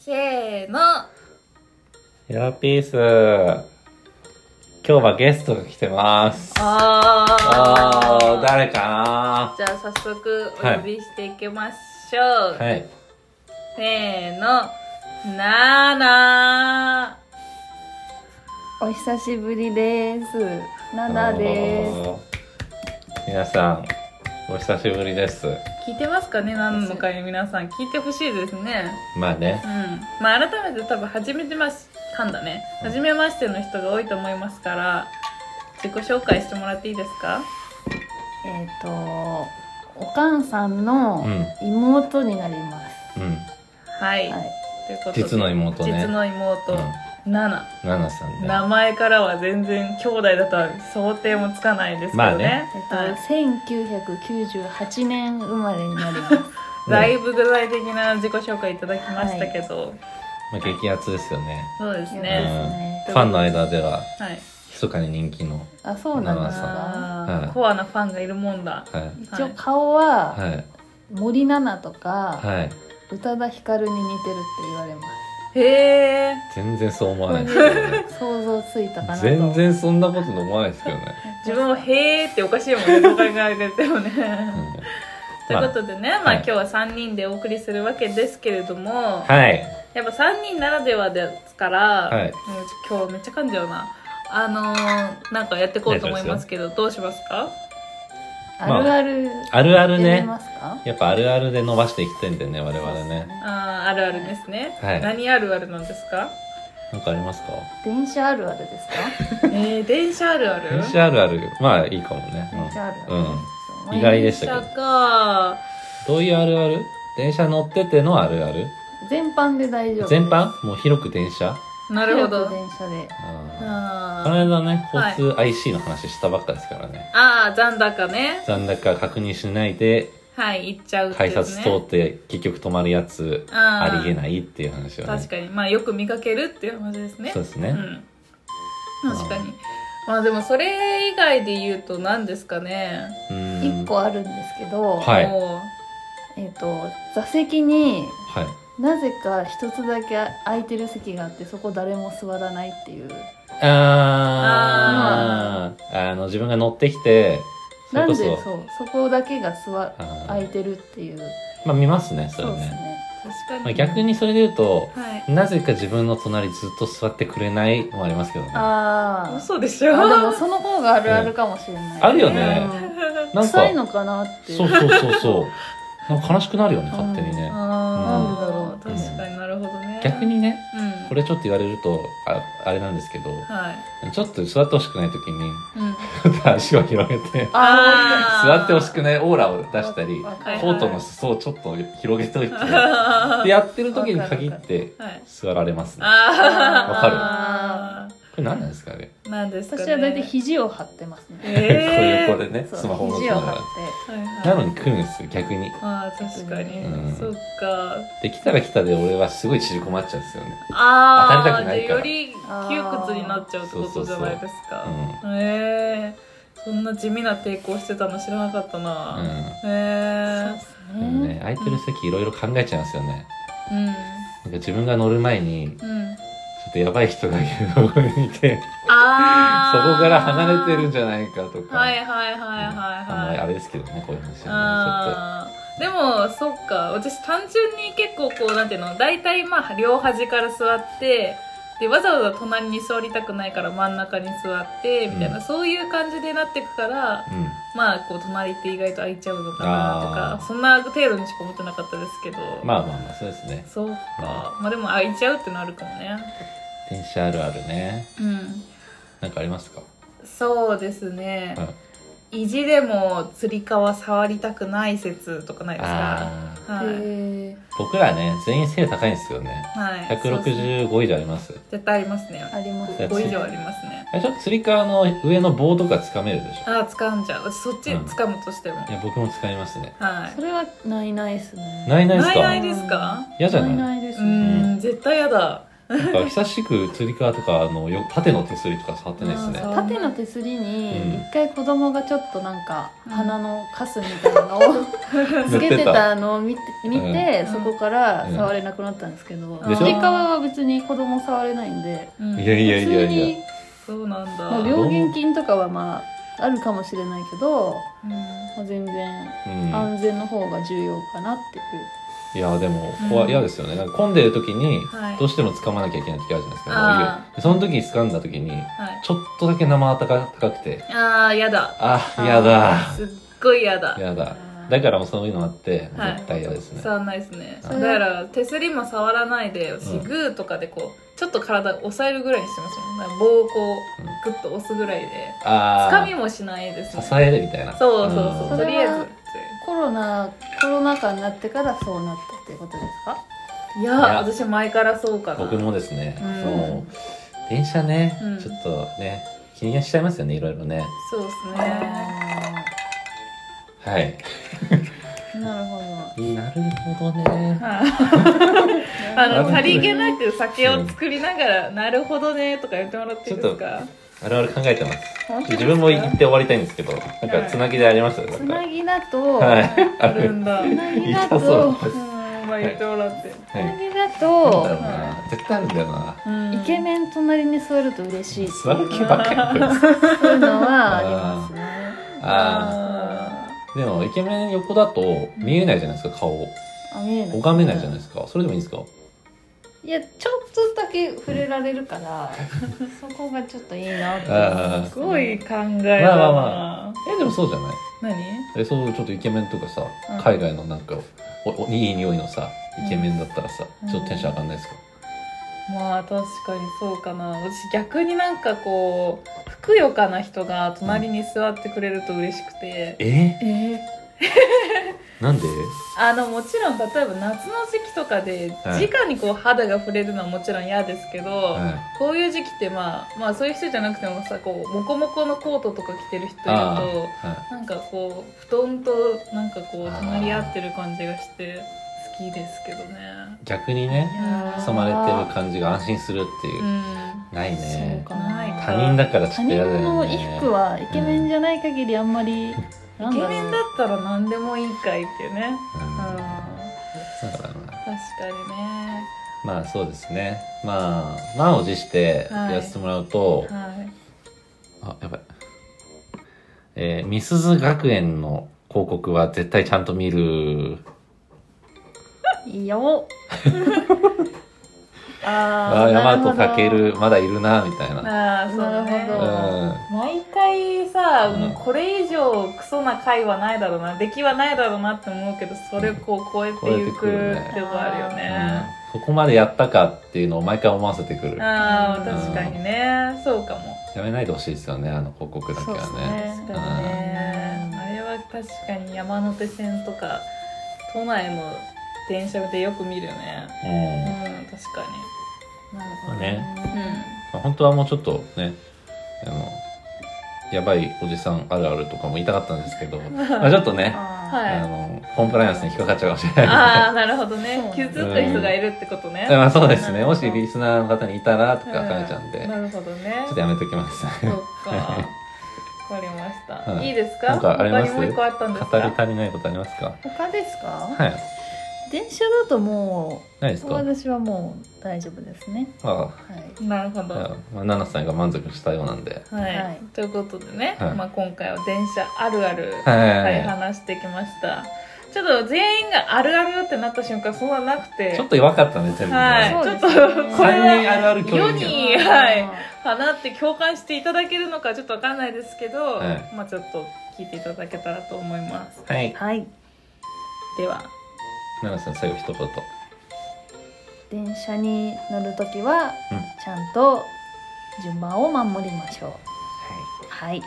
せーのヘラピース。今日はゲストが来てます。あー、あ誰かじゃあ早速お呼びしていきましょう、なはい。せーのなーなお久しぶりです。ナナです。す。皆さん、お久しぶりです。ー聞いてますかね何の会皆さん聞いてほしいですねまあねう。んまあ改めて多分初めてましたんだね初めましての人が多いと思いますから自己紹介してもらっていいですかえっ、と、おかんさんうのん。妹になります。うん。はい、はい。ということで実の妹ね。実の妹、ナナうん。ナナさんね。名前からは全然兄弟だとは想定もつかないですけまあどねね,、えっ、はいと、1998年生まれになります。だいぶ具体的な自己紹介いただきましたけど、まあ、激アツですよね。そうですそうですね、ねファンの間では、はい密かに人気の。あ、そうなんですか。あーはいコアなファンがいるもんだはい。一応顔ははい。森七菜とかはい。宇多田ヒカルに似てるって言われまへえ全然そう思わないですけどね。す。想像ついたかなと。全然そんなこと思わないですけどね。自分も「へえ」っておかしいもんねどう考えててもね、 ということでね、まあはい今日は3人でお送りするわけですけれども、はい。やっぱ3人ならではですから、はいもう今日めっちゃ噛んじゃうなあのー、なんかやっていこうと思いますけどどうしますかあるある。あるあるやりね。ますか。やっぱあるあるで伸ばしていきたいんだよね、我々ね。あーあるあるですね、はい何あるあるなんですかなんかありますか電車あるあるですか。えー、電車あるある電車あるある。まあいいかもね。電車あるあるうん。そう意外でしたけど電車かどういうあるある電車乗っててのあるある全般で大丈夫です全般もう広く電車なるほ広どく電車でうんこのあー間ね、交通 IC の話したばっかですからね。あー残高ね残高確認しないで、はい行っちゃうってい改うね札通って結局止まるやつ、あーありえないっていう話をね。確かにまあよく見かけるっていう話ですねそうですね。うん、確かにまあでもそれ以外で言うと何ですかねうん1個あるんですけど、はいもうえっと座席にはい。なぜか一つだけ空いてる席があってそこ誰も座らないっていうあーあの自分が乗ってきてそなれんでこそそうそこだけが座あー空いてるっていうまあ見ますねそそれうですねね確かに、まあ、逆にそれで言うとはいなぜか自分の隣ずっと座ってくれないもありますけどねああー嘘でしょあでもその方があるあるかもしれない、るよねね、うなんんか臭いのかなってそうそうそう そうなんか悲しくなるよねうん勝手にねあーうん確かになるほどね逆、にねうん、これちょっと言われるとああれなんですけどはい、ちょっと座ってほしくない時にうん、足を広げてあ座ってほしくいないオーラを出したりわかはいるコートの裾をちょっと広げておいてはでやってる時に限ってい座られますねあわかるあこれ何なんですかねーなんですか、ね、私は大体肘を張ってますね、えー、こういう子でねそうスマホ持ち肘なをが張っらてはいはいなのに来るんですよ逆にあー確かに、うんそっかで来たら来たで俺はすごい縮こまっちゃうんですよねあ当たりたーくないでからより窮屈になっちゃうってことじゃないですかそうそうへえそんな地味な抵抗してたの知らなかったな、へそうえですうんでもねね空いてる席いろいろ考えちゃうんですよねうなんか自分が乗る前にちょんうんっとやばい人がいるところにいてそあーこから離れてるんじゃないかとかはいはいはいあんまはいりあはいれですけどねこういう話はねあーでもそっか私単純に結構こうなんていうの大体まあ両端から座ってでわざわざ隣に座りたくないから真ん中に座ってみたいな、うんそういう感じでなってくからちょっとうんまあこう隣って意外と空いちゃうのかなあとかーそんな程度にしか思ってなかったですけどまあまあまあそうですねそうかまあでも空いちゃうってのあるかもね電車あるあるねうんなんかありますかそうですねうん意地でも釣り革触りたくない説とかないですかあーはいへ僕らね全員背高いんですよねはいそうですね165以上あります絶対ありますねーありますや5以上ありますねあれちょっと釣り革の上の棒とか掴めるでしょああ掴んじゃう私そっちうん掴むとしても、いや僕も使いますねはそれはないないですね。ないいないですないかないですか嫌じゃなないいないですうね。ん絶対やだなんか久しくつり革とかあのよ縦の手すりとか触ってないですねあー。そう縦の手すりうんに一回子供がちょっとなんかうん鼻のカスみたいな のをつけてたのを見て見てうんそこから触れなくなったんですけどでつしょり革は別に子供触れないんでうんいやいや普いや通いや。にそうなんだ、まあうん病原菌とかはまああるかもしれないけどまあ全然うん、安全の方が重要かなっていういやでもうんここは嫌ですよね。なんか混んでる時にはいどうしても掴まなきゃいけない時あるじゃないですあか。もういいよその時に掴んだ時にはいちょっとだけ生温か高くて、ああやだああーやだすっごいやだやだ。あーだからもうそういうのあってはい絶対嫌ですね。触らないですねだはかいら手すりも触らないで私うんグーとかでこうちょっと体押さえるぐらいにしてますもんなんか棒をこううんグッと押すぐらいでああ掴みもしないですね支えるみたいな。そうそんうそうとそれはりあえずコロナコロナ禍になってからそうなったっていうことですかいいやや私前からそうかな僕もですね、うんそう電車ね、うんちょっとね気にしちゃいますよねいろいろねそうですねはいなるほなるほど ねはいどあのなるほどねさりげなく酒を作りながら「なるほどね」とか言ってもらっていいですか我々考えてます本当です自か分も言って終わりたいんですけどなんはかいつなぎでありましたねつななんかぎだと、はいあるんだうつんなぎだ痛そうとまあ言ってもらってつはいなぎだなんだろうとな絶対あるんだよなうんイケメン隣に座ると嬉しいって座る気ばっかりこいつそういうのはありますねああ ーでもイケメン横だと見えないじゃないですか顔をあ見えない拝めないじゃないですかそれでもいいんですかいやちょっとだけ触れられるから、そこがちょっといいなってあーーすごい考えだな、まあまあまえでもそうじゃな何いえそうちょっとイケメンとかさ、うん海外のなんかおおいい匂いのさイケメンだったらさ、うんちょっとテンション上がんないですか、まあ確かにそうかな私逆になんかこうふくよかな人が隣に座ってくれると嬉しくて、ええなんであのもちろん例えば夏の時期とかではい直にこう肌が触れるのはもちろん嫌ですけど、はいこういう時期ってまあまあそういう人じゃなくてもさこうモコモコのコートとか着てる人いるあとーはなんかこう布団となんかこう隣り合ってる感じがして好きですけどね。い逆にねー挟まれてる感じが安心するっていうう、んないねそうかな他人だからち他ょっと人嫌だよねの衣服はイケメンじゃない限りあんまり、なイんケだろうメンだったら何でもいいかいっていうね。ううんん、確だからかにまあね。まあそうですねまあ満を持してはいやらせてもらうと、はい。あやばいえー、みすず学園の広告は絶対ちゃんと見るいいよ ああーーな山るほとどかけるまだいるなみたいな。ああ、そうだねなるほどう毎回さ、うんもうこれ以上クソな回はないだろうな、出来はないだろうなって思うけど、それをこう超えていくっていうのがあるよんね。うんそこまでやったかっていうのを毎回思わせてくる。やあうあ、ん確かにね。そうかも。めないでほしいですよね、あの広告だけはそうね。です確かにね。あれは確かに山手線とか、都内の電車でよく見るよね。うん、う確かに。なるほどうん、 んまあ本当はもうちょっとね、あの、やばいおじさんあるあるとかも言いたかったんですけ ど、まあちょっとね、ははいいあの、コンプライアンスに引っかかっちゃうかもしれないああなるほどねそう傷つねった人がいるってことねので。、まあそうですね、もしリスナーの方にいたらとか考えちゃうんで、ちなるほどねょっとやめときます。そっ かわかりました、はいい、いですかなんかあります他にもう一個あったんです語りか足りないことありますか他ですかはい。電車だともないでうすか私はもう大丈夫ですねああはいなるほどいはやまあ、ナナさんが満足したようなんで。い、はいということでね、はいまあ、今回は電車あるある、はいはいははいい話してきましたちょっと全員があるあるってなった瞬間そうはなくてちょっと弱かったね、全部ね。はいそうちょでっすとねこれ3人あはるある共世有にはいかなって共感していただけるのかちょっとわかんないですけど、はいまあちょっと聞いていただけたらと思いますはい。はいではナナさん、最後一言。電車に乗るときはうんちゃんと順番を守りましょうはい